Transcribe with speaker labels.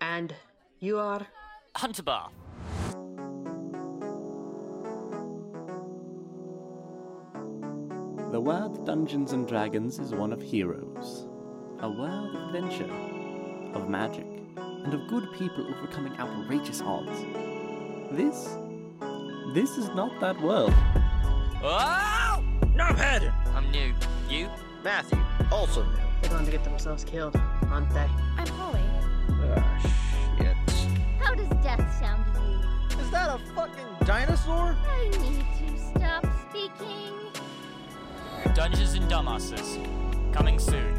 Speaker 1: And you are?
Speaker 2: Hunter Bar.
Speaker 3: The world of Dungeons and Dragons is one of heroes, a world of adventure, of magic, and of good people overcoming outrageous odds. This. This is not that world.
Speaker 2: Oh!
Speaker 4: No heading.
Speaker 2: I'm new. You?
Speaker 4: Matthew, also new.
Speaker 1: They're going to get themselves killed, aren't they?
Speaker 5: I'm Holly.
Speaker 4: Ah, shit.
Speaker 5: How does death sound to you?
Speaker 4: Is that a fucking dinosaur?
Speaker 5: I need to stop speaking.
Speaker 2: Dungeons and Dumbasses. Coming soon.